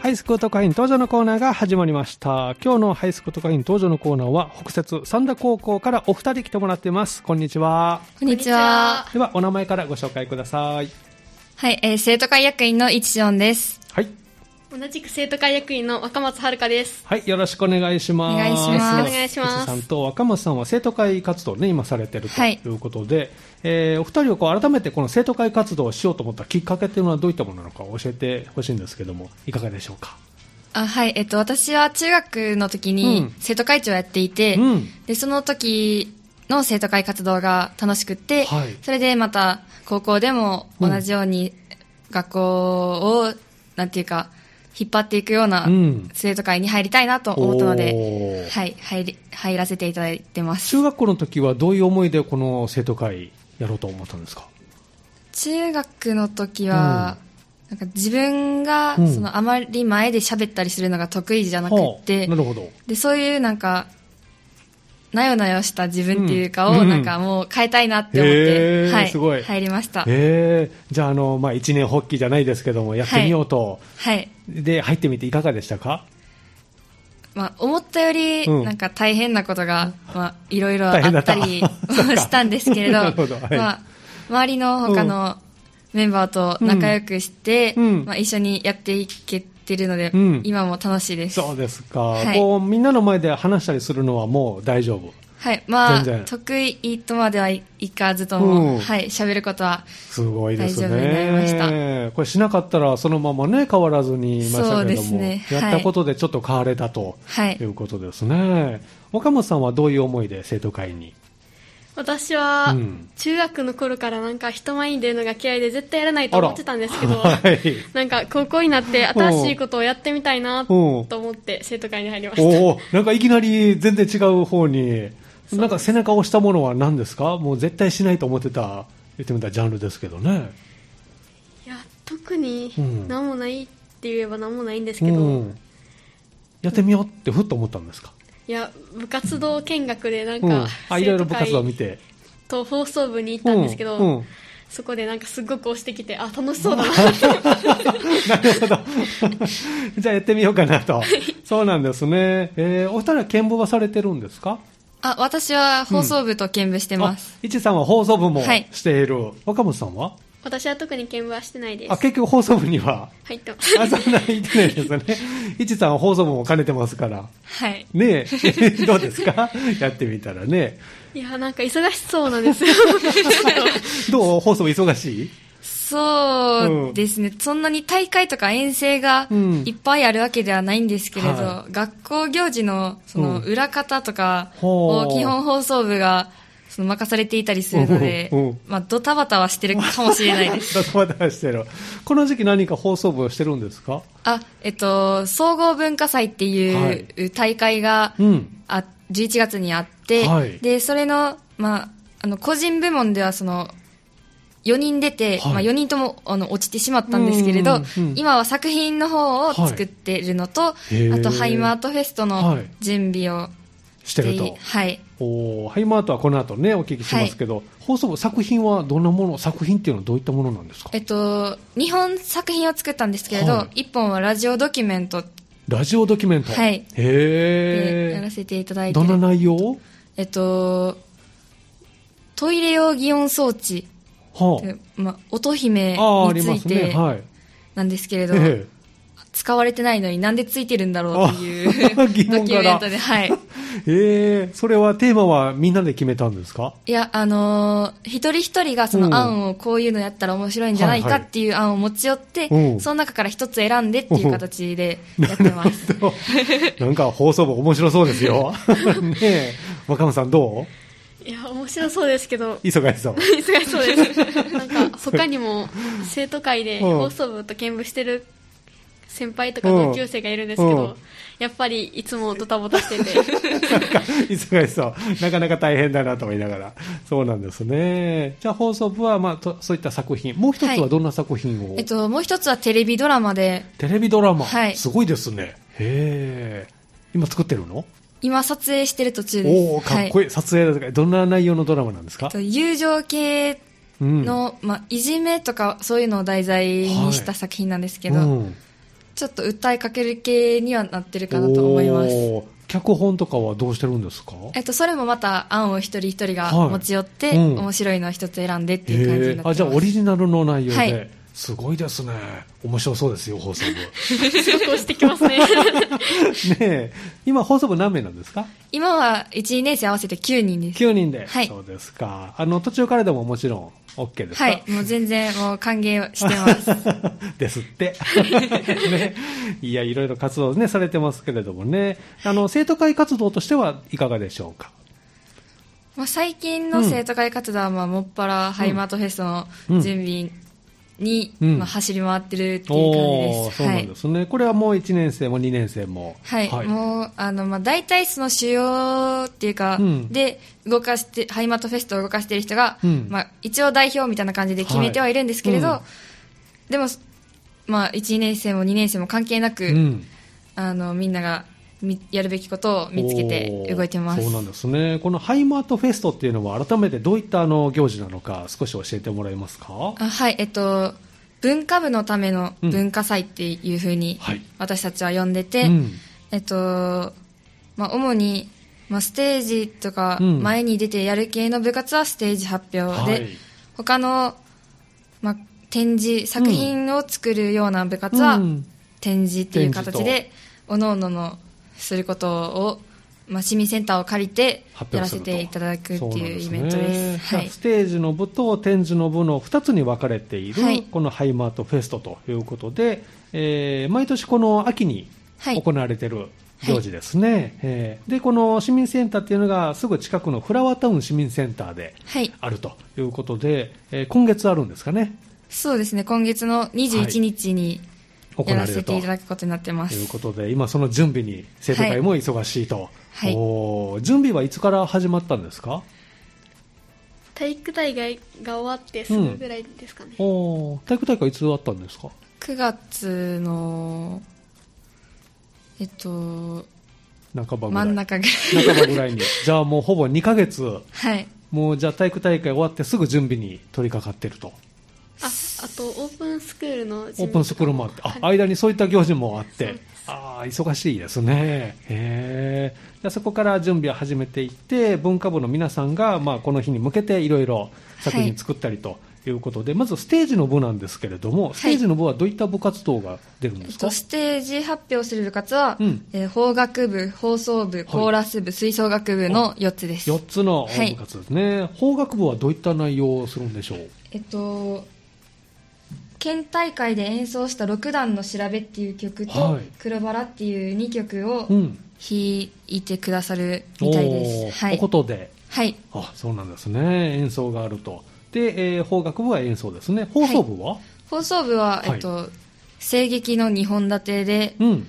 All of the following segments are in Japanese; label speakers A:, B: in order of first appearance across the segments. A: ハイスクート会員登場のコーナーが始まりました。今日のハイスクート会員登場のコーナーは、北節三田高校からお二人来てもらっています。こんにちは。
B: こんにちは。
A: では、お名前からご紹介ください。
B: はい、えー生徒会役員の一条です。
A: はい。
C: 同じく生徒会役員の若松遥です。
A: はい、よろしくお願いします。
B: お願いします
C: お願いします
A: 哲さんと若松さんは生徒会活動をね、今されてると
B: はい
A: いうことで、えーお二人をこう改めてこの生徒会活動をしようと思ったきっかけというのはどういったものなのか教えてほしいんですけども、いかがでしょうか。
B: あはい、えっと、私は中学の時
A: う
B: に
A: ん
B: 生徒会長をやっていて、
A: うん
B: で、その時の生徒会活動が楽しくって、
A: はい
B: それでまた高校でも同じように学校を、なんていうか、引っ張っていくような
A: うん
B: 生徒会に入りたいなと思ったの
A: お
B: で
A: ー、
B: はい、入り、入らせていただいてます。
A: 中学校の時はどういう思いでこの生徒会やろうと思ったんですか
B: 中学の時は、なんか自分が、
A: うん
B: そのあまり前で喋ったりするのが得意じゃなくって、
A: はあなるほど。
B: でそういうなんかなよなよした自分っていうか
A: うん
B: を、
A: うん
B: なんかもう変えたいなって思っ
A: へ
B: て、
A: ー
B: はい、
A: すごい
B: 入りました、
A: えー、じゃあ、あの、まあ、一年発起じゃないですけども、やってみようと。
B: はい
A: で、入ってみていかがでしたか
B: まあ、思ったより
A: うん
B: なんか大変なことが、まあ、いろいろあ
A: 大変だ
B: っ
A: った
B: たり
A: そっか
B: したんですけれ
A: なる
B: ど
A: ほどはい
B: まあ、周りの他のメンバーと仲良くして、
A: うんうん
B: まあ、一緒にやっていけてるので、
A: うん
B: 今も楽しいです
A: そうですか、
B: はい
A: こうみんなの前で話したりするのはもう大丈夫
B: はい、まあ
A: 全然
B: 得意とまではいかずとも、
A: うん
B: はい喋ることは
A: すごいですね
B: 大丈夫になりま
A: これしなかったらそのままね変わらずにいました
B: そう
A: け
B: で
A: ど
B: す
A: も、
B: ね
A: やったことでちょっと変われたと
B: はい
A: いうことですね、岡本さんはどういう思いで生徒会に
C: 私は
A: うん、
C: 中学の頃からなんか人前に出るのが嫌いで絶対やらないと思ってたんですけど、
A: はい
C: なんか高校になって新しいことをやってみたいなと
A: うん
C: 思って生徒会に入りました。
A: おおなんかいきなり全然違う方になんか背中を押したものは何ですかもう絶対しないと思ってた言ってみたらジャンルですけどね
C: いや、特に
A: うん
C: 何もないって言えば何もないんですけど、
A: うん、やってみようってふっと思ったんですか
C: いや、部活動見学でなん
A: うん
C: か、、
A: あいろいろ
C: 生徒
A: 部活動を
C: 会
A: 見て
C: と放送部に行ったんですけど、
A: うんうん
C: そこでなんかすっごく押してきて、あ、楽しそうだなって。
A: なるほどじゃあやってみようかなとそうなんですね、えーお二人は見舞はされてるんですか
B: あ、私は放送部と兼部してます。
A: あいちさんは放送部も
B: はい
A: している、若本さんは
C: 私は特に見舞はしてないです
A: あ。結局放送部には
C: 入ってます。
A: あそんな言ってないですよねいちさんは放送部も兼ねてますから
B: はい。
A: ねえ どうですかやってみたらね
C: いや、なんか忙しそうなんですよ。
A: どう放送部忙しい
B: そうですね、そんなに大会とか遠征が
A: うん
B: いっぱいあるわけではないんですけれど、
A: は
B: 学校行事のそ
A: う
B: の
A: ん
B: 裏方とか
A: ほう
B: を基本放送部がその任されていたりするので
A: うんうん、
B: まあ、ドタバタはしてるかもしれ ないです。
A: バタバタしてるこの時期何か放送部をしてるんですか
B: あ、えっと、総合文化祭って
A: はい
B: いう大会が、
A: うん
B: あ11月にあって、
A: はい
B: でそれの,、まあ、あの個人部門ではその4人出て、
A: はい
B: まあ、4人ともあの落ちてしまったんですけれど、
A: うんうんうん
B: 今は作品の方を作っているのと、
A: いへー
B: あとハイマートフェスト
A: は
B: の
A: い
B: 準備を
A: し
B: してて
A: る
B: い
A: と
B: はい
A: おーハイマートはこの後ねお聞きしますけど、放送部作品はどんなもの作品っていうのはどういったものなんですか
B: えっと、2本作品を作ったんですけれど、
A: は
B: 1本はラジオドキュメント
A: ラジオドキュメント
B: はいでや
A: へ
B: らせていただ
A: え
B: いて
A: どん
B: る
A: な内容
B: えっと、トイレ用擬音装置、
A: は
B: まあ、乙姫
A: あ、あああ
B: に
A: り
B: つ
A: ま
B: い
A: すね
B: て
A: はい
B: なんですけれど、
A: え
B: 使われてないのになんでついてるんだろうっていう
A: あ
B: ドキ
A: 疑問から
B: ュメントで、はい。
A: えええそれはテーマはみんなで決めたんですか
B: いや、あのー一人一人がそ
A: うん
B: の案をこういうのやったら面白いんじゃない
A: は
B: か
A: いはい
B: っていう案を持ち寄って、
A: うん
B: その中から一つ選んでっていう形でやって ます。
A: なんか放送部面白そうです よねえ若松さんど
C: いや、面白そうですけど
A: う、忙しそう
C: 忙しそうです。なんか、他にも生徒会で
A: うん
C: 放送部と兼部してる先輩とか
A: うん
C: 同級生がいるんですけ
A: うん
C: ど、やっぱりいつもドタバタして て、
A: なんか忙しそう、なかなか大変だなと思いながら、そうなんですね、じゃあ、放送部は、まあ、とそういった作品、もう一つ
B: は
A: はいどんな作品を、
B: えっと、もう一つはテレビドラマで、
A: テレビドラマ、
B: はい
A: すごいですね、へえ、今作ってるの
B: 今撮影してる途中です。
A: おお、かっこいい、撮影だとか、どんな内容のドラマなんですか
B: は、いえっと友情系
A: うん
B: の、まあ、いじめとかそういうのを題材にした作品なんですけど、
A: うん
B: ちちょっと訴えかける系にはなってるかなと思います。
A: おー脚本とかはどうしてるんですか
B: えっと、それもまた案を一人一人が
A: はい
B: 持ち寄って、
A: うん
B: 面白いのを一つ選んでっていう感じになって
A: へー
B: ま
A: あ
B: す。
A: じゃあオリジナルの内容で、
B: はい
A: すごいですね面白そうですよ放送部ね
C: そうこうしてきま すね。
A: え今放送部何名なんですか
B: 今は1、2年生合わせて9人です。
A: 9人で、
B: はい
A: そうですかあの途中からでももちろん OK ですか、
B: はい、もう全然もう歓迎し てます。
A: ですって、 ね、いやいろいろ活動、ね、されてますけれどもねあの生徒会活動としてはいかがでしょうか
B: まあ、最近の生徒会活動は、まあ、もっぱらハイマートフェスの
A: うん
B: 準備に、
A: うん
B: まあ、走り回ってるっていう感じ
A: お
B: で
A: ー
B: す。
A: そうなんですね、これはもう1年生も2年生も
B: はい、はい、もう、あの、まあ、大体その主要っていうか、
A: うん
B: で、動かして、ハイマートフェストを動かしてる人が、
A: うん
B: まあ、一応代表みたいな感じで決めてはいるんですけれど、
A: はい
B: でも、まあ、1、年生も2年生も関係なく、
A: うん
B: あの、みんながみやるべきことを見つけて動いてます。
A: おーそうなんですねこのハイマートフェストっていうのは改めてどういったあの行事なのか少し教えてもらえますか
B: あはい、えっと、文化部のための
A: うん
B: 文化祭っていうふうに
A: はい
B: 私たちは呼んでて、
A: うん
B: えっと、まあ、主に、まあ、ステージとか
A: うん
B: 前に出てやる系の部活はステージ発表で、
A: はい
B: 他の、まあ、展示作品を作るような部活は
A: うん
B: 展示っていう
A: 展示と
B: 形で、おのおののすることを、まあ、市民センターを借りて
A: 発
B: やら
A: 表する
B: せ
A: と
B: ていただくって
A: そうなん
B: いう
A: です
B: イ
A: ね
B: ベントです。
A: じゃあ
B: はい
A: ステージの部と展示の部の2つに分かれている、
B: はい
A: このハイマートフェストということで、えー毎年この秋に
B: はい
A: 行われている行事ですね、えーでこの市民センターっていうのがすぐ近くのフラワータウン市民センターで
B: はい
A: あるということで、えー今月あるんですかね
B: そうですね、今月の21日に
A: 行
B: や
A: わ
B: ら
A: れ
B: せ
A: る
B: て
A: と
B: いただくことになってま
A: と
B: す。
A: いうことで今その準備に生徒会も忙しいと、
B: はい
A: おー準備はいつから始まったんですか
C: 体育大会が終わってすぐぐらいですかね。
A: おー体育大会いつあったんですか
B: 9月の、えっと、
A: 半ばぐら
B: 真
A: い
B: ん中ぐらい。
A: 半ばぐらいに。じゃあもうほぼ2ヶ月、
B: はい。
A: もうじゃあ体育大会終わってすぐ準備に取り掛かってると。
C: あ、あとオープンスクールのオ
A: オープンスクールもあって、あ、間にそういった行事もあって、ああ、忙しいですね。へえ。じゃあそこから準備を始めていって、文化部の皆さんが、まあこの日に向けていろいろ作
B: は
A: 品
B: い
A: 作ったりと。いうことでまずステージの部なんですけれども、ステージの部はどういった部活動が出るん
B: え
A: で
B: っ
A: すか、
B: と、ステージ発表する部活は、
A: うん
B: えー法学部、放送部、コーラス部、吹奏楽部の4つです。
A: 4つの部活ですね、法学部はどういった内容をするんでしょう
B: えっと、県大会で演奏した六段の調べっていう曲と、
A: はい
B: 黒バラっていう2曲を
A: うん
B: 弾いてくださるみたい
A: お
B: で
A: ー
B: す。は
A: というこ
B: い。
A: とで
B: はい。
A: あそうなんですね演奏があるとで、えー法学部は演奏ですね放送部は、
B: 放送部は、
A: はい
B: えっと、声劇の2本立てで、
A: うん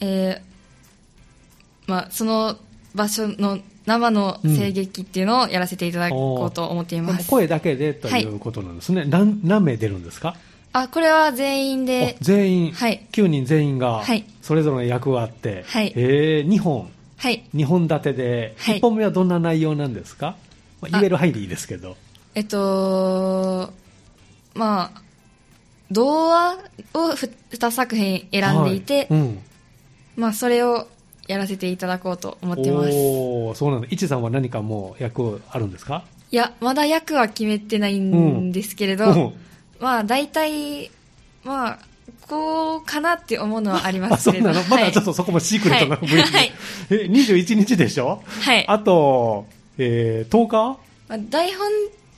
B: えーまあ、その場所の生の声劇っていうのをやらせていただこうと思ってい
A: で
B: ま
A: も
B: す。
A: 声だけでということなんですね、何何名出るんですか
B: あ、これは全員で
A: お、全員、
B: はい
A: 9人全員が
B: はい
A: それぞれの役があって、
B: はい
A: えー、2本
B: はい。
A: 2本立てで、
B: はい
A: 1本目はどんな内容なんですか、まあ、言える範囲でいいですけど
B: えっと、まあ、童話を2作品選んでいて、
A: はいうん、
B: まあ、それをやらせていただこうと思ってます。い
A: おーそうなんだいちさんは何かもう役あるんですか
B: や、まだ役は決めてないんですけれど、
A: うん
B: まあ、大体、まあ、こうかなって思うのはありま
A: あ
B: す
A: そ
B: け
A: う
B: れど。
A: なのま
B: は
A: だ
B: い
A: ちょっとそこもシークレットな
B: は
A: 部
B: い
A: 分で
B: はい
A: え21日でしょ
B: はい。
A: あと、えー10日
B: まあ台本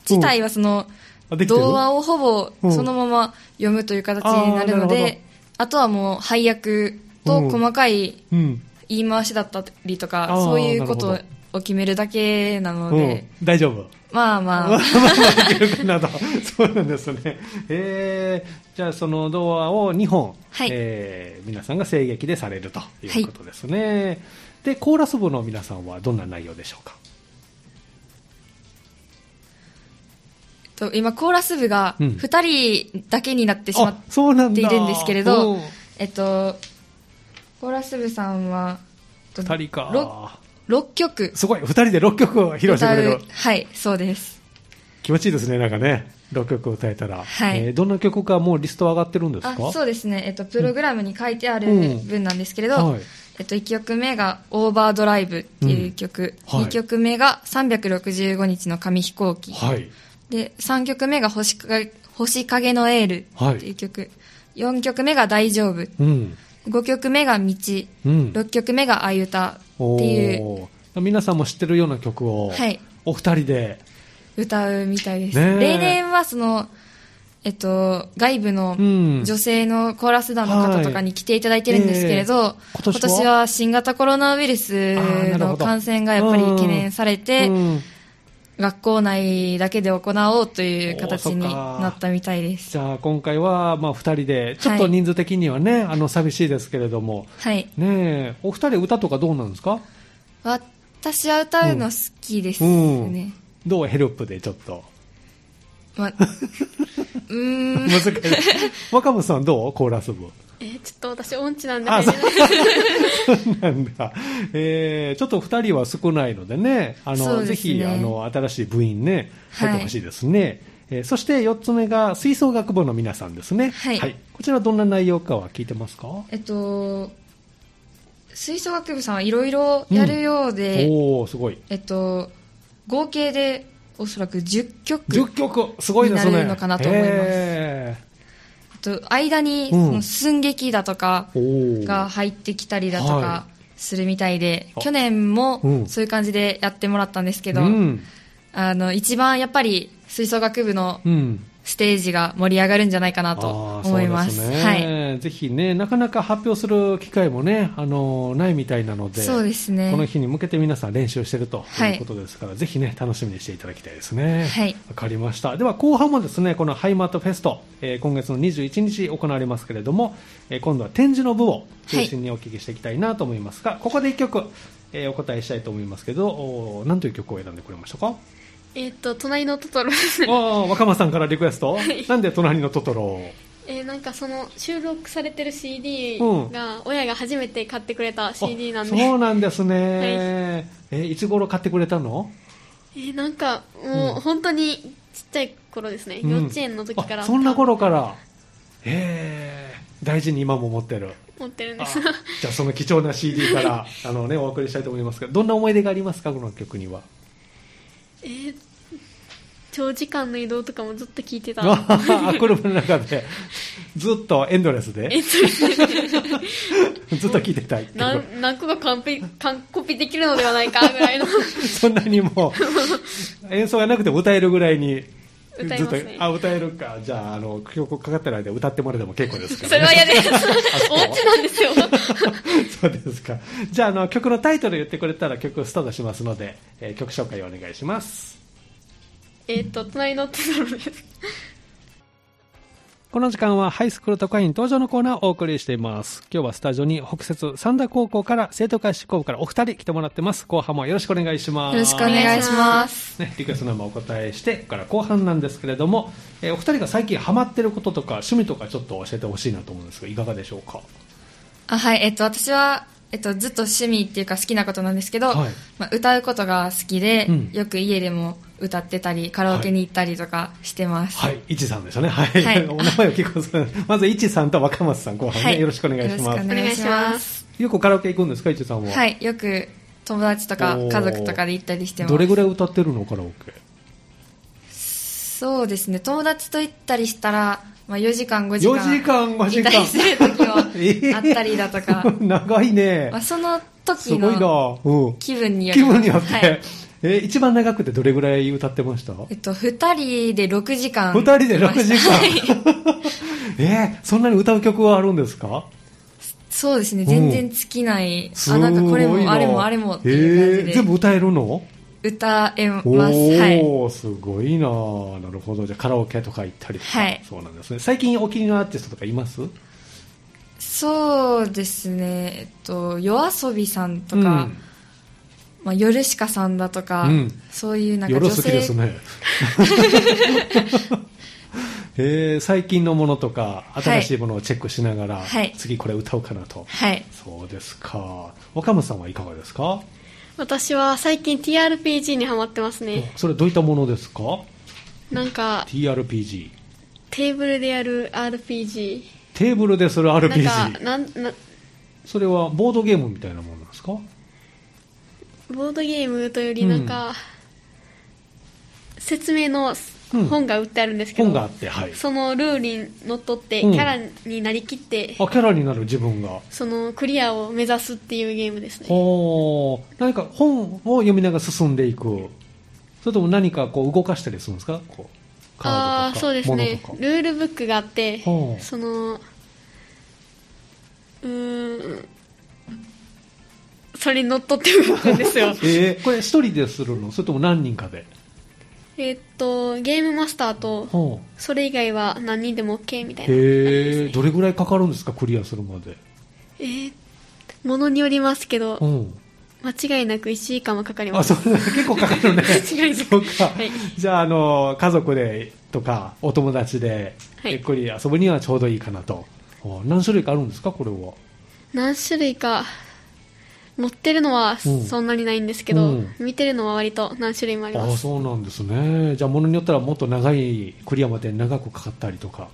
B: 自体はその、
A: あできてる
B: 童話をほ
A: うん
B: ぼそのまま読むという形になるの
A: あーなる
B: で、あとはもう配役と細かい
A: うん、
B: 言い回しだったりとか、
A: あー
B: そういうこと
A: なる
B: を決めるだけなの
A: うん
B: で、、
A: 大丈夫。
B: まあまあ、
A: まあまあいけるかなと。そうなんですね。えー、じゃあその童話を2本、
B: はい
A: えー皆さんが声劇でされるということですね。で、コーラス部の皆さんはどんな内容でしょうか
B: と今コーラス部が
A: うん
B: 2人だけになってしまっ
A: あそうなん
B: て
A: だ
B: いるんですけれど
A: うん
B: えっと、コーラス部さんは、
A: 二人
B: ろ
A: か。
B: 6曲
A: すごい、2人で6曲を披露してく
B: 歌
A: れる
B: う。。はい、そうです。
A: 気持ちいいですね、なんかね。 6曲歌えたら、
B: はい
A: えーどんな曲かもうリスト上がってるんですか
B: あそうですね、えっと、プログラムに書いてある
A: うん
B: 文なんですけれど、
A: はい
B: えっと、1曲目が「オーバードライブ」っていう曲、
A: うんはい
B: 2曲目が「365日の紙飛行機」
A: はい
B: で3曲目が星か星影のエール」っていう曲、四4曲目が「大丈夫」
A: うん
B: 5曲目が「道」
A: うん
B: 6曲目が「あゆた」っていう
A: おー皆さんも知ってるような曲を、
B: はい
A: お二人で
B: 歌うみたいです、
A: ねえ
B: 例年はその、えっと、外部の
A: うん
B: 女性のコーラス団の方とかに来ていただいてるんですけれど、
A: はいええ今
B: 今
A: 年は
B: 年は新型コロナウイルス
A: あーなるほ
B: の
A: ど
B: 感染がやっぱり懸念されて、
A: うん
B: 学校内だけで行おうという形
A: お
B: に
A: ーそっか
B: なったみたいです
A: じゃあ今回はまあ二人でちょっと
B: はい
A: 人数的にはね、あの寂しいですけれども
B: はい
A: ねえお二人歌とかどうなんですか
B: 私は歌うの好きですね、
A: うんどうヘルプでちょっと
B: まあ うーん
A: 難 しい若松さんどうコーラス部
C: えーちょっと私音痴なんで
A: あ
C: 入れな
A: な
C: い
A: んだ、えーちょっと2人は少ないのでね、あ
B: そ
A: の
B: うです
A: ぜ
B: ね
A: ひあの新しい部員ね、
B: はい
A: 入ってほしいですね、えーそして4つ目が吹奏楽部の皆さんですね、
B: はい
A: こちら、どんな内容かは聞いてますか、
B: えっと吹奏楽部さんはいろいろやるようで、
A: おお、すごい、
B: えっと、合計でおそらく10曲
A: 10曲、すごいですね、
B: になるのかなと思います
A: え
B: えっと間に
A: う
B: そ
A: ん
B: の寸劇だとか
A: ーおー
B: が入ってきたりだと
A: は
B: かするみたいで、
A: あ
B: 去年
A: う
B: も
A: ん
B: そういう感じでやってもらったんですけど、
A: うん
B: あの一番やっぱり吹奏楽部の
A: うん
B: ステージが盛り上がるんじゃないかなと
A: あー
B: 思います。
A: そうで
B: はい、
A: ねぜひね、なかなか発表する機会もね、あのないみたいなので、
B: そうですね
A: この日に向けて皆さん練習してると
B: はい
A: いうことですから、ぜひね、楽しみにしていただきたいですね。
B: はい
A: わかりました。では、後半もですね、このハイマートフェスト、えー今月の21日行われますけれども、えー今度は展示の部を中心にお聞きしていきたいなと思いますが、ここで一曲、えーお答えしたいと思いますけど、おー何という曲を選んでくれましたか
C: えーっと、隣のトトロ です
A: あー若松さんからリクエストなんで隣のトトロ を
C: えーなんかその収録されてる CD
A: うん
C: が親が初めて買ってくれた CD なん
A: あ
C: で、
A: そうなんですね、えいつ頃買ってくれたの
C: えーなんかも
A: うん
C: う本当にちっちゃい頃ですね、
A: うん
C: 幼稚園の時から
A: あそんな頃からへえ大事に今も持ってる
C: 持ってるんで
A: あ
C: す
A: じゃあその貴重な CD からあの、ね、お送りしたいと思いますがどんな思い出がありますかこの曲 には
C: えー長時間の移動とかもずっと聞いて た
A: あはは車の中でずっとエンドレスで
C: えそうですね
A: ずっと聴いてたいってこと
C: 何何個か完璧完コピできるのではないかぐらいの
A: そんなにもう演奏がなくても歌えるぐらいに
C: 歌えますね
A: ずっとあ歌えるかじゃああの曲かかってる間歌ってもらっても結構ですから、ね、
C: それ は嫌ですお家なんですよ
A: そうですか。じゃあ、あの、曲のタイトル言ってくれたら曲をスタートしますので、えー曲紹介をお願いします。
C: えーっと隣のトトロです
A: この時間はハイスクール特派員登場のコーナーをお送りしています。今日はスタジオに北節三田高校から生徒会執行部からお二人来てもらってます。後半もよろしくお願いします。
B: よろしくお願いします。
A: ね、リクエストナンバーお答えして、ここから後半なんですけれども、えーお二人が最近ハマってることとか、趣味とかちょっと教えてほしいなと思うんですが、いかがでしょうか。
B: あはい、えっと、私は、えっと、ずっと趣味っていうか好きなことなんですけど、
A: はい
B: まあ、歌うことが好きで、
A: うん
B: よく家でも歌ってたりカラオケに行ったりとかしてます、
A: はい、いちさんでしたね。はい。
B: はい
A: お名前を聞くさん。まず、いちさんと若松さん、後半ね、
B: はい
A: よろしくお願いしま
B: よろ
A: す
B: しく。お願いします
A: よくカラオケ行くんですか、いちさんは。。
B: はいいよく友達とか
A: おー
B: 家族とかで行ったりしてます
A: どれぐらい歌ってるの、カラオケ。
B: そうですね友達と行ったりしたら、まあ、4時間5時間
A: 4時間、5時
B: いたりする時も
A: 間。
B: あったりだとか、
A: えー 長いね
B: まあ、。その
A: す
B: 時
A: ごいな。
B: の
A: うん。
B: 気分により
A: 気
B: ます
A: 分によって。
B: はい
A: えー一番長くてどれぐらい歌ってました
B: えっと、2人で6時間
A: 二人で6時
B: はい
A: 間。 えー、そんなに歌う曲はあるんですか
B: そうですね全然尽きない、
A: すご
B: あ
A: い
B: な
A: なん
B: かこれもあれもあれもっていう
A: えー全
B: 感
A: 部
B: じで
A: 歌えるの
B: 歌えます、はい
A: おお、すごいなあなるほどじゃあカラオケとか行ったりとか、
B: はい
A: そうなんですね最近お気に入りのアーティストとかいます
B: そうですねえっと夜遊びさんとか、まあ、夜しかさんだとか、
A: うん
B: そういうなんか
A: 夜
B: 女
A: 好き
B: 性
A: です ねえー最近のものとか新しいものをチェックしながら、
B: はい
A: 次これ歌おうかなと、
B: はい
A: そうですか若松さんはいかがですか
C: 私は最近 TRPG にハマってます
A: お
C: ね
A: それどういったものですか
C: なんか
A: TRPG
C: テーブルでやる RPG
A: テーブルでそれ
C: なんか
A: RPG
C: なんな
A: それはボードゲームみたいなものなんですか
C: ボードゲームというよりなんか、説明の
A: うん
C: 本が売ってあるんですけど、
A: 本があってはい
C: そのルールにのっとってキ
A: うん
C: ャラになりきって、
A: あキャラになる自分が
C: そのクリアを目指すっていうゲームですね
A: お何か本を読みながら進んでいくそれとも何かこう動かしたりするんですかこうカードとか
C: ああーそうですね
A: 物とか
C: ルールブックがあって
A: ほう
C: そのうーんそれにのっとって動く んですよ
A: えー、これ一人でするのそれとも何人かで
C: えーっとゲームマスターと
A: ほう
C: それ以外は何人でも OK みたいな感じです
A: へえ
C: ね
A: どれぐらいかかるんですかクリアするまで
C: えーものによりますけど
A: うん
C: 間違いなく1時間はかかりま
A: あ
C: す
A: そう 結構かかるね
C: 間違いな
A: そう
C: く
A: か、
C: はい
A: じゃああの家族でとかお友達で
C: はい
A: ゆっくり遊ぶにはちょうどいいかなと、お何種類かあるんですかこれは
C: 何種類か持ってるのはそんなにないんですけ
A: う
C: ど
A: ん
C: 見てるのは割と何種類もあり
A: あ
C: ま
A: あ
C: す
A: そうなんですねじゃあものによったらもっと長いクリアまで長くかかったりとか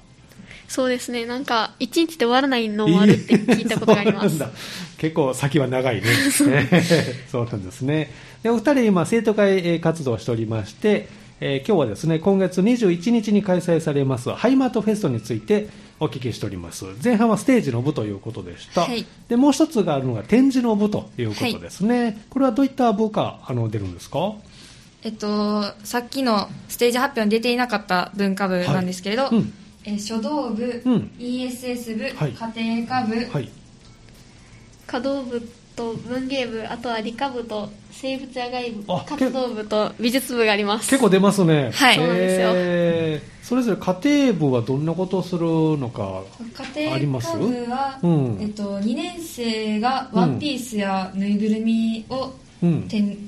C: そうですねなんか1日で終わらないのもあるって聞いたことが ありま
A: そう
C: す
A: なんだ結構先は長いね そうなんですねでお二人今生徒会えー活動をしておりまして、えー今日はですね今月21日に開催されますハイマートフェストについてお聞きしております前半はステージの部ということでした、
B: はい
A: でもう一つがあるのが展示の部ということですね、これはどういった部があの出るんですか
B: えっと、さっきのステージ発表に出ていなかった文化部なんですけれど、
A: はいうん
B: えー書道部、
A: うん
B: ESS 部、
A: はい
B: 家庭科部、
A: はい
C: 華道部と文芸部あとは理科部と生物野外部
A: あ
C: 活動部と美術部があります
A: 結構出ますね
B: はい
C: そうなんですよ
A: えーそれぞれ家庭部はどんなことをするのかあ
B: 家
A: り
B: 庭
A: ます
B: 科部は、
A: うん
B: えっと、2年生がワンピースやぬいぐるみを、
A: うん
B: てん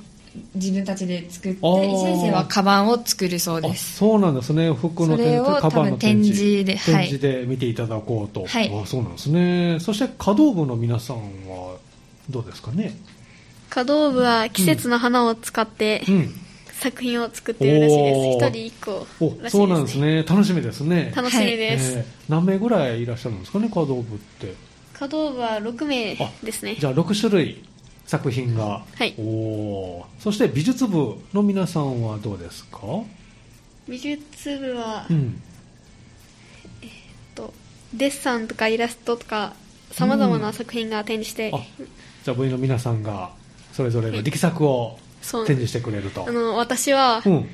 B: 自分たちで作って
A: あー
B: 1年生はカバンを作るそう
A: あ
B: です
A: そうなんですね服の展示
B: それを
A: カバーの展示
B: 多分展示ではい
A: 展示で見ていただこうと、
B: はい
A: あそうなんですねそして華道部の皆さんはどうですかね、
C: 華道部は季節の花を使って
A: うん、
C: 作品を作っているらしいです
A: おー
C: 一人一個
A: お
C: らし
A: そう
C: い
A: な
C: で
A: んですす
C: ね
A: ね楽しみですね
C: 楽しみです、
A: えー何名ぐらいいらっしゃるんですかね華道部って
C: 華道部は6名
A: あ
C: ですね
A: じゃあ6種類作品が、
C: はい
A: おおそして美術部の皆さんはどうですか、
C: 美術部は、
A: うん、
C: とデッサンとかイラストとかさまざまな作品が展示して、
A: あじゃあ部員の皆さんがそれぞれの力作を
C: そう
A: 展示してくれると
C: あの私は
A: うん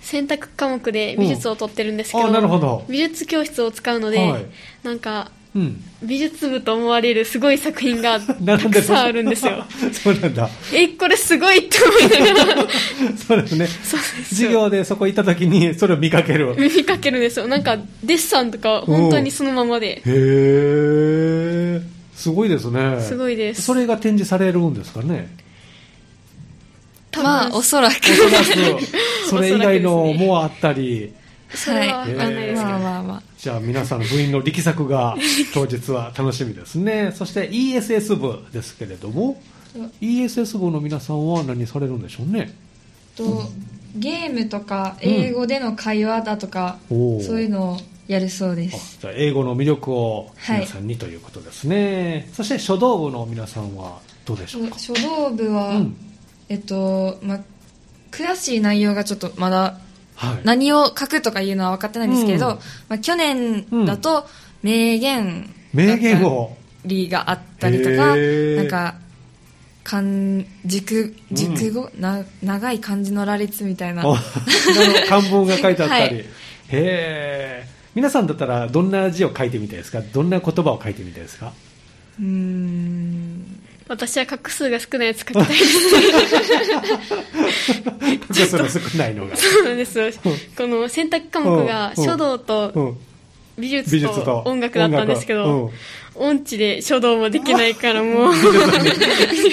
C: 選択科目で美術を取ってるんですけど,、
A: あなるほど
C: 美術教室を使うので、
A: はい
C: なんか
A: うん
C: 美術部と思われるすごい作 品がた
A: 並んで
C: くさんあるんですよ
A: そうなんだ
C: えこれすごいって思いながら
A: そうですね
C: そうです
A: 授
C: よ
A: 業でそこ行った時にそれを見かけるへ
C: 見かけるんですよなんかデッサンとか本当にそのままで
A: えすごいですね
C: すごいです
A: それが展示されるんですか ね
C: 多分
B: まあおそらく
A: おそらくそれ以外のもあったり
C: それは
B: は
C: わ
B: い
C: かんないですけ
B: ま
C: ど、
B: あまあまあ
A: じゃあ皆さん部員の力作が当日は楽しみですねそして ESS 部ですけれども ESS 部の皆さんは何されるんでしょうね
B: とゲームとか
A: うん
B: 英語での会話だとか、
A: おー
B: そういうのをやるそうで
A: あ
B: す
A: じゃあ英語の魅力を
B: はい
A: 皆さんにということですね、そして書道部の皆さんはどうでしょうか
B: 書道部は、
A: うん
B: えっとまあ詳しい内容がちょっとまだ
A: はい、
B: 何を書くとかいうのは分かってないんですけれど、
A: うん
B: まあ、去年だと名言
A: 名言を
B: リーがあったりとか、
A: へー
B: なんか漢軸軸語、な長い漢字の羅列みたいな
A: お漢文が書 いてあったり、
B: はい
A: へえ皆さんだったらどんな字を書いてみたいですかどんな言葉を書いてみたいですか
B: うーん
C: 私は画数が少ないやつ書きたいです
A: じゃあその少ないのが、
C: そうなんですよこの選択科目が
A: うん
C: 書道
A: う
C: と
A: ん、
C: 美
A: 美
C: 術
A: 術と
C: と音楽だったんですけど、音痴で書道もできないからもう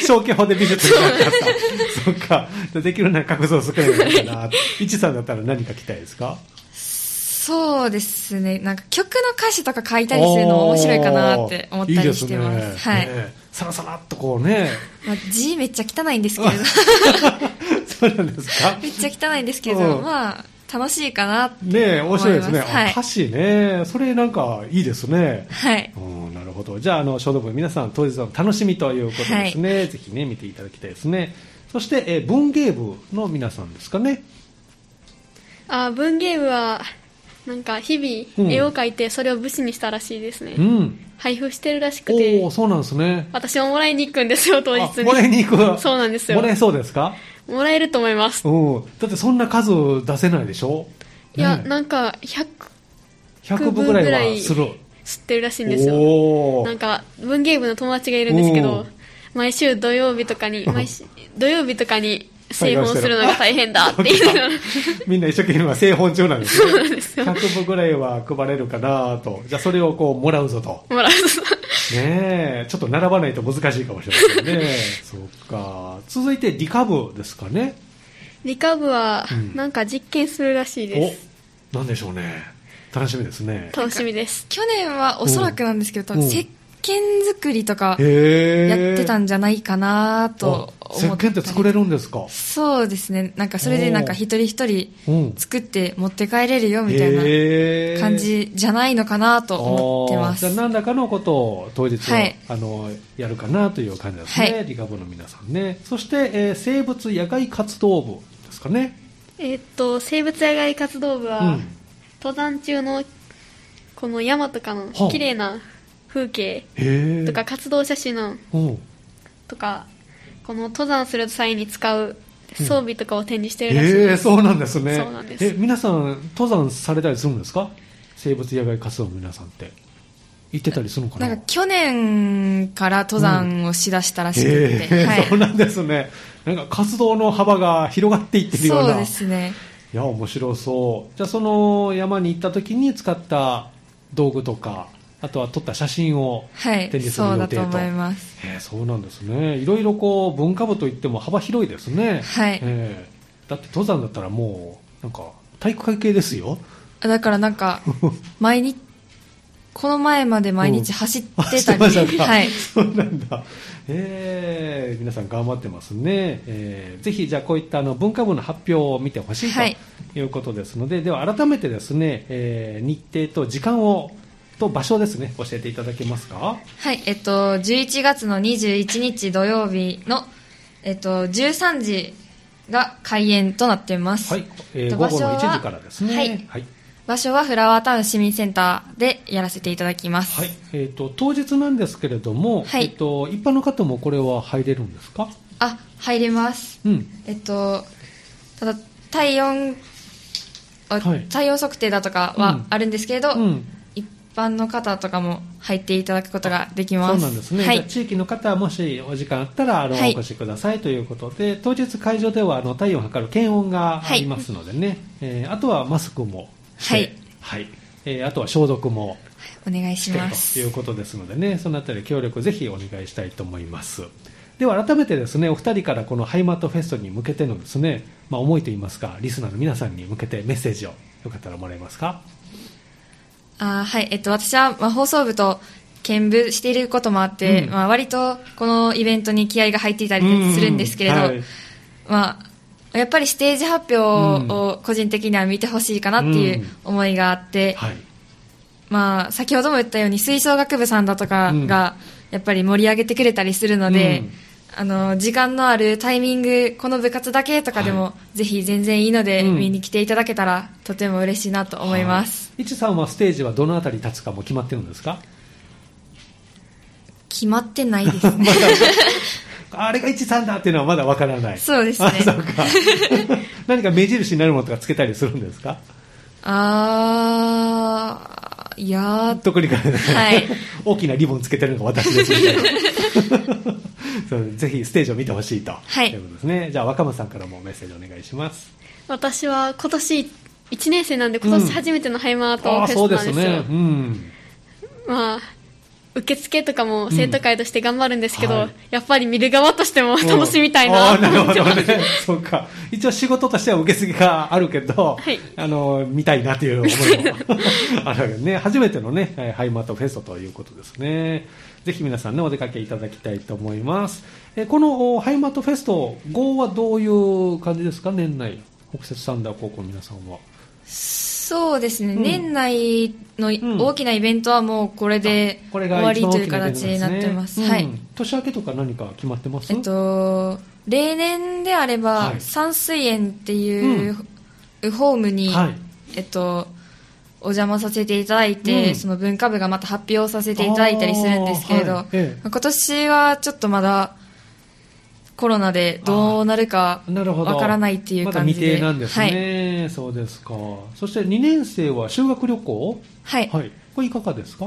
A: 小規模で美術になっちゃったそっかじゃあできるなら画像少ないのかな一さんだったら何書きたいですか
B: そうですねなんか曲の歌詞とか書いたりするの面白いかなって思ったりしてます
A: いいでね
B: はい、
A: ねえさらさらっとこうね
B: まあ、字めっちゃ汚いんですけれど
A: そうなんですか
B: めっちゃ汚いんですけれ
A: う
B: ど
A: ん
B: まあ楽しいかなって
A: ねえ、面
B: 思います。
A: 白いですね。
B: は
A: あ
B: い
A: 歌。詞ね。それなんかいいですね。
B: はい。
A: うん、なるほど。じゃあ、あの、書道部皆さん当日の楽しみということですね。ぜひね、見ていただきたいですね。そして、えー文芸部の皆さんですかね。
D: あ文芸部はなんか日
A: うん
D: 々絵を描いてそれを武士にしたらしいですね、
A: うん。
D: 配布してるらしく
A: おお
D: て
A: ーそうなんですね。
D: 私ももらいに行くんですよ当日
A: あ
D: に
A: もらいに行く。
D: そうなんですよ
A: もらえそうですか
D: もらえると思います
A: うん。だってそんな数出せないでしょ
D: いや、
A: ねえ
D: なんか100
A: 100部ぐらいはする。
D: 知ってるらしいんですよ
A: おお
D: なんか文芸部の友達がいるんですけ
A: お
D: ど
A: ー
D: 毎週土曜日とかに毎週土曜日とか に製本するのが大変だって
A: 大変
D: い
A: して
D: う
A: る
D: の
A: みんな一生懸命今製本中なんですね。
D: そうなんですよ
A: 100部ぐらいは配れるかなと。じゃあそれをこうもらうぞと。
D: もらう
A: ねえ、ちょっと並ばないと難しいかもしれませんね。そうか。続いて理科部ですかね。
D: 理科部は
A: うん
D: なんか実験するらしいで
A: お
D: す、、
A: なんでしょうね。楽しみですね。
D: 楽しみです
B: 去年はおそらくなんですけど、多分
A: うん
B: 石鹸作りとか
A: へえ。
B: やってたん
A: だ
B: じゃないかなと
A: 石
B: 思った
A: 鹸
B: り
A: って作れるんですか
B: そうですね。なんかそれでなんか一人一人
A: うん。
B: 作って持って帰れるよみたいな
A: へえ
B: 感じじゃないのかなと思ってま
A: あー
B: す
A: じゃあ。何らかのことを当日は、
B: はい
A: あのやるかなという感じですね、
B: はい
A: 理科部の皆さんねそして、えー生物野外活動部ですかね、
D: えーっと生物野外活動部は、
A: うん
D: 登山中のこの山とかの
A: はあ
D: 綺麗な風景
A: へえ
D: とか活動写真の
A: うん
D: とかこの登山する際に使う装備とかを展示してるらしい
A: え
D: で
A: ー、
D: す、
A: そうなんですね
D: そうなんです
A: え皆さん登山されたりするんですか生物野外活動の皆さんって行ってたりするのかな
B: なんか去年から登山をしだしたらしくて、
A: へえ
B: は い
A: そうなんですねなんか活動の幅が広がっていってるよう
B: そう
A: な
B: ですね。
A: いや面白そうじゃあその山に行った時に使った道具とかあとは撮った写真を
B: はい
A: 展示、する
B: そ
A: 予
B: う
A: 定
B: だ
A: と
B: と思います。
A: えーそうなんですねいろいろこう文化部といっても幅広いですね
B: はい
A: えーだって登山だったらもうなんか体育会系ですよ
B: だからなん か、毎日、この前まで毎日走ってたり、
A: あしてましたか
B: はい。
A: そうなんだ、えー皆さん頑張ってますね、えーぜひじゃあこういったあの文化部の発表を見てほしい
B: はい
A: ということですので、では改めてですね、えー日程と時間をと場所ですね教えていただけますか
B: はい、えっと、11月の21日土曜日の、えっと、13時が開演となっています。
A: はい、えー
B: と
A: 午後の1
B: 場所は
A: 時からですね
B: はい
A: はい
B: 場所はフラワータウン市民センターでやらせていただきます。
A: はいえー、と当日なんですけれども、
B: はい
A: えー、と一般の方もこれは入れるんですか、
B: あ、入れます。
A: うん、
B: えっと、ただ、体温、あ
A: はい
B: 体温測定だとか
A: うん
B: はあるんですけれど、
A: うん、
B: 一般の方とかも入っていただくことができます。
A: そうなんですね、
B: は
A: じゃあ
B: い。
A: 地域の方はもしお時間あったらあの、
B: はい
A: お越しくださいということで当日会場ではあの体温を測る検温がありますのでね、えーあとはマスクもして、
B: はい
A: はいえーあとは消毒も
B: お願いし
A: して
B: ま
A: とい
B: す
A: う。ことですのでねそのあたり協力ぜひお願いしたいと思いますでは改めてですねお二人からこのハイマートフェストに向けてのですね、まあ、思いといいますかリスナーの皆さんに向けてメッセージをよかったらもらえますか
B: あーはい。えっと、私は、まあ、放送部と兼部していることもあって、
A: うん
B: まあ、割とこのイベントに気合が入っていたりするんですけれど、
A: うんはい
B: まあ、やっぱりステージ発表を個人的には見てほしいかなっていう思いがあって、
A: はい
B: まあ、先ほども言ったように吹奏楽部さんだとかがやっぱり盛り上げてくれたりするので、
A: うん
B: あの時間のあるタイミングこの部活だけとかでも、
A: は
B: ぜひ全然いいので、
A: うん
B: 見に来ていただけたらとても嬉しいなと思います、
A: はい、いちさんはステージはどのあたり立つかも決まってるんですか
B: 決まってないですね
A: あれが一さんだっていうのはまだわからない。
B: そうです
A: あ
B: ね
A: そうか何か目印になるものとかつけたりするんですか
B: あーいやー
A: 特にからない
B: はい
A: 大きなリボンつけてるのが私ですみたいな そうぜひステージを見てほしいと、
B: はい
A: ということですね。じゃあ若松さんからもメッセージお願いします。
D: 私は今年1年生なんで今年初めてのハイマート
A: ああ
D: フェ
A: そう
D: ストな
A: で
D: ん
A: す
D: ですよ、
A: ね。うん。
D: まあ受付とかも生徒会として頑張るんですけど、
A: うんはい
D: やっぱり見る側としても楽しみたいな
A: うんあ
D: と
A: ー
D: 思って
A: な
D: ま
A: る
D: す
A: ほどね。そうか。一応仕事としては受け継ぎがあるけど、
D: はい
A: あの、見たいなという思いもあるわけね。初めてのね、えーハイマートフェストということですね。ぜひ皆さんね、お出かけいただきたいと思います。えーこのおハイマートフェスト、号はどういう感じですか、年内。北摂三田高校の皆さんは。
B: そうですね、
A: うん
B: 年内
A: ん
B: の大きなイベントはもうこれで
A: これ
B: 終
A: が
B: わ
A: 一
B: り
A: 番
B: と
A: 大
B: いう
A: きなイベント
B: 形になってます。
A: ね
B: はい、
A: うん年明けとか何か決まってます
B: えっと、例年であれば、
A: はい
B: 山水園っていう、ホームに、
A: はい
B: えっと、お邪魔させていただいて、
A: うん
B: その文化部がまた発表させていただいたりするんですけれど、
A: あーはいええ
B: 今年はちょっとまだコロナでどうなるか
A: なるほど。
B: わからないっていう感じで、
A: まだ未定なんです
B: はい、
A: ね。そうですか。そして2年生は修学旅行
B: はい
A: これいかがですか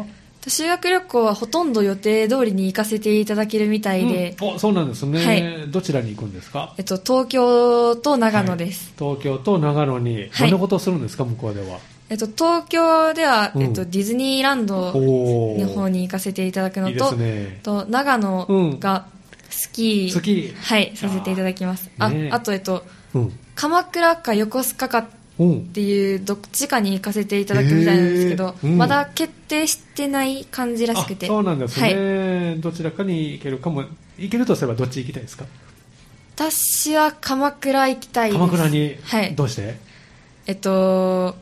B: 修学旅行はほとんど予定通りに行かせていただけるみたいで、
A: うんおそうなんですね、
B: はい
A: どちらに行くんですか
B: えっと、東京と長野です、
A: はい東京と長野に、
B: は
A: ど
B: い
A: んなことをするんですか、向こうでは。
B: えっと、東京では、
A: うん
B: えっと、ディズニーランド
A: おー
B: の方に行かせていただくの
A: いいで
B: と
A: すね。
B: と長野がスキー、
A: スキー
B: はい、させていただきます
A: あ
B: あ,、
A: ーねえ
B: あと、えっと、
A: うん。
B: 鎌倉か横須賀かっ
A: うん。
B: ていうどっちかに行かせていただくみたいなんですけど、
A: へーうん
B: まだ決定してない感じらしくて
A: あそうなんです
B: はい、
A: ね、どちらかに行けるかも、行けるとすればどっち行きたいですか
B: 私は鎌倉行きたいです
A: 鎌倉に、
B: はい
A: どうして
B: えっと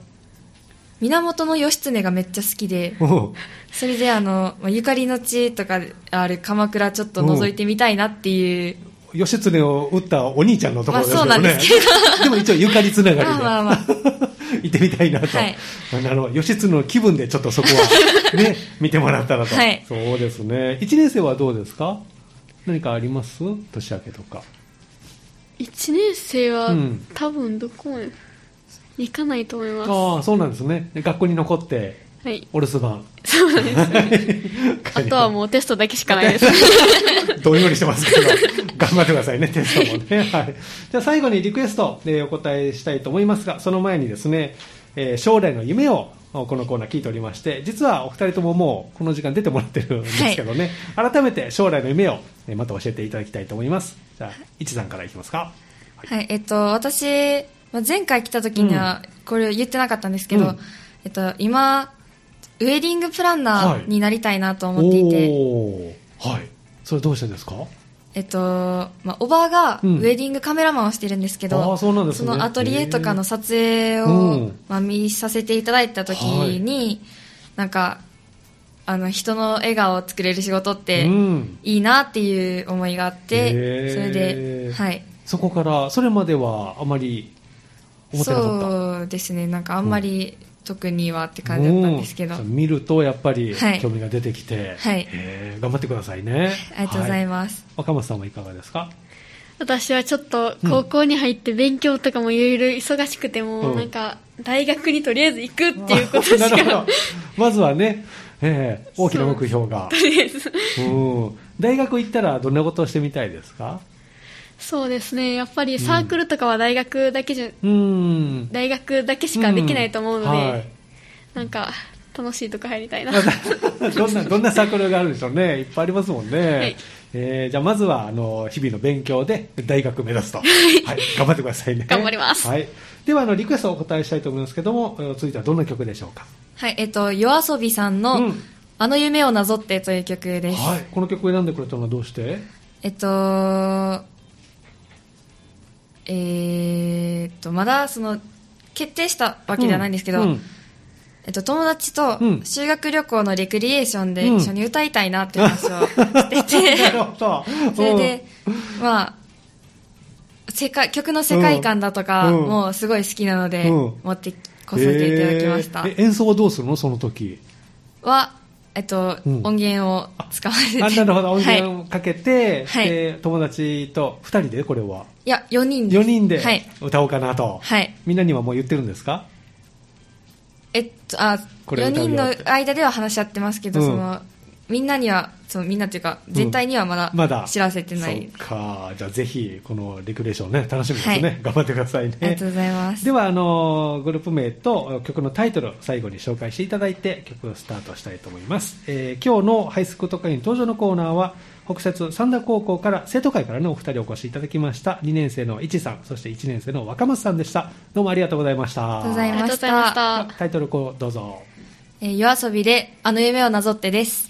B: 源義経がめっちゃ好きで
A: うん
B: それであの、まあ、ゆかりの地とかある鎌倉ちょっと覗いてみたいなっていう、
A: 義経を撃ったお兄ちゃんのところですよね、
B: まあそうなんですけ
A: でも一応ゆかりつながりで、
B: まあまあまあ
A: 行ってみたいなと、
B: はい
A: なるほど義経の気分でちょっとそこは、 ね、見てもらったらと、
B: はい
A: そうですね1年生はどうですか何かあります年明けとか
D: 1年生は、
A: うん
D: 多分どこも行かないと思います
A: ああそうなんですねで学校に残って
D: はい
A: お留守番
D: そうなんです あとは
A: う
D: もうテストだけしか ないです
A: どんよりしてますけど頑張ってくださいねテストもね、はい、じゃあ最後にリクエストでお答えしたいと思いますがその前にですね、えー将来の夢をこのコーナー聞いておりまして実はお二人とももうこの時間出てもらってるんですけどね、改めて将来の夢をえーまた教えていただきたいと思いますじゃあ一さんからいきますか
B: はい、えっと、私、まあ、前回来た時には、これ言ってなかったんですけど、
A: うん
B: えっと、今、ウェディングプランナーになりたいなと思っていて、
A: おーはいそれどうしてですか
B: えっと、まあ、おばあが
A: う
B: ウ
A: ん
B: ェディングカメラマンをしてるんですけ
A: あ
B: ど、
A: ーそうなんですね
B: のアトリエとかの撮影
A: う
B: を
A: ん、
B: まあ、見させていただいた時に、なんか、あの、人の笑顔を作れる仕事って、
A: うん
B: いいなっていう思いがあって、
A: へー
B: それで、はい。
A: そこからそれまではあまり思ってなかった
B: そうですねなんかあんまり特にはって感じだったんですけど、
A: うん見るとやっぱり
B: はい
A: 興味が出てきて、
B: はい
A: えー頑張ってくださいね
B: ありがとうござい
A: は
B: ます、
A: 若松さんはいかがですか
D: 私はちょっと高校に入って勉強とかもいろいろ忙しくても、
A: うん
D: なんか大学にとりあえず行くっていうことし
A: なるほ
D: か
A: どまずはね、えー大きな目標が
D: とりあえず
A: うん大学行ったらどんなことをしてみたいですか
D: そうですねやっぱりサークルとかは大学だけじゃ、
A: うん
D: 大学だけしかできないと思うので、
A: んはい
D: なんか楽しいとこ入りた いな
A: どんな、どんなサークルがあるんでしょうね。いっぱいありますもんね。
D: い
A: えーじゃあまずは、あの、日々の勉強で大学目指すと。はい。頑張ってくださいね。
D: 頑張ります
A: はい。では、あの、リクエストをお答えしたいと思いますけども、えー続いてはどんな曲でしょうか。
B: はいえっと夜遊びさんの、
A: うん
B: あの夢をなぞって」という曲です、
A: はい。この曲を選んでくれたのはどうして
B: えっとえーっとまだその決定したわけではないんですけど、
A: ううん
B: えっと、友達と
A: うん
B: 修学旅行のレクリエーションで
A: うん
B: 一緒に歌いたいなっていう話をし てて、
A: なるほど。
B: それで、まあ、世界曲の世界観だとか
A: うん
B: もうすごい好きなので、
A: うん
B: 持って
A: う
B: こ
A: ん、
B: させていただきました、
A: えーえ演奏はどうするのその時。
B: は、えっと
A: うん
B: 音源を使わせて
A: あ、なるほど。音
B: はい、
A: 源をかけて、
B: はい
A: で友達と2人で、これは。
B: いや4人です
A: 4人で
B: はい、
A: 歌おうかなと。
B: はい、
A: みんなにはもう言ってるんですか
B: えっとあ
A: これ
B: 4
A: 歌うよ
B: 人の
A: って
B: 間では話し合ってますけど、
A: うん
B: そのみんなにはそのみんなというか全体にはまだ,、
A: まだ
B: 知らせてない、
A: そうかじゃあぜひこのレクレーションね楽しみですね、
B: はい
A: 頑張ってくださいね
B: ありがとうございます
A: ではあのグループ名と曲のタイトルを最後に紹介していただいて曲をスタートしたいと思います、えー今日の「ハイスクート会」に登場のコーナーは北摂三田高校から生徒会からのお二人お越しいただきました2年生のいちさんそして1年生の若松さんでしたどうもありがとうございました
B: ありがとうござい
D: ありが
B: ま
D: とうございました
A: タイトルをどうぞ
B: えー夜遊びであの夢をなぞってです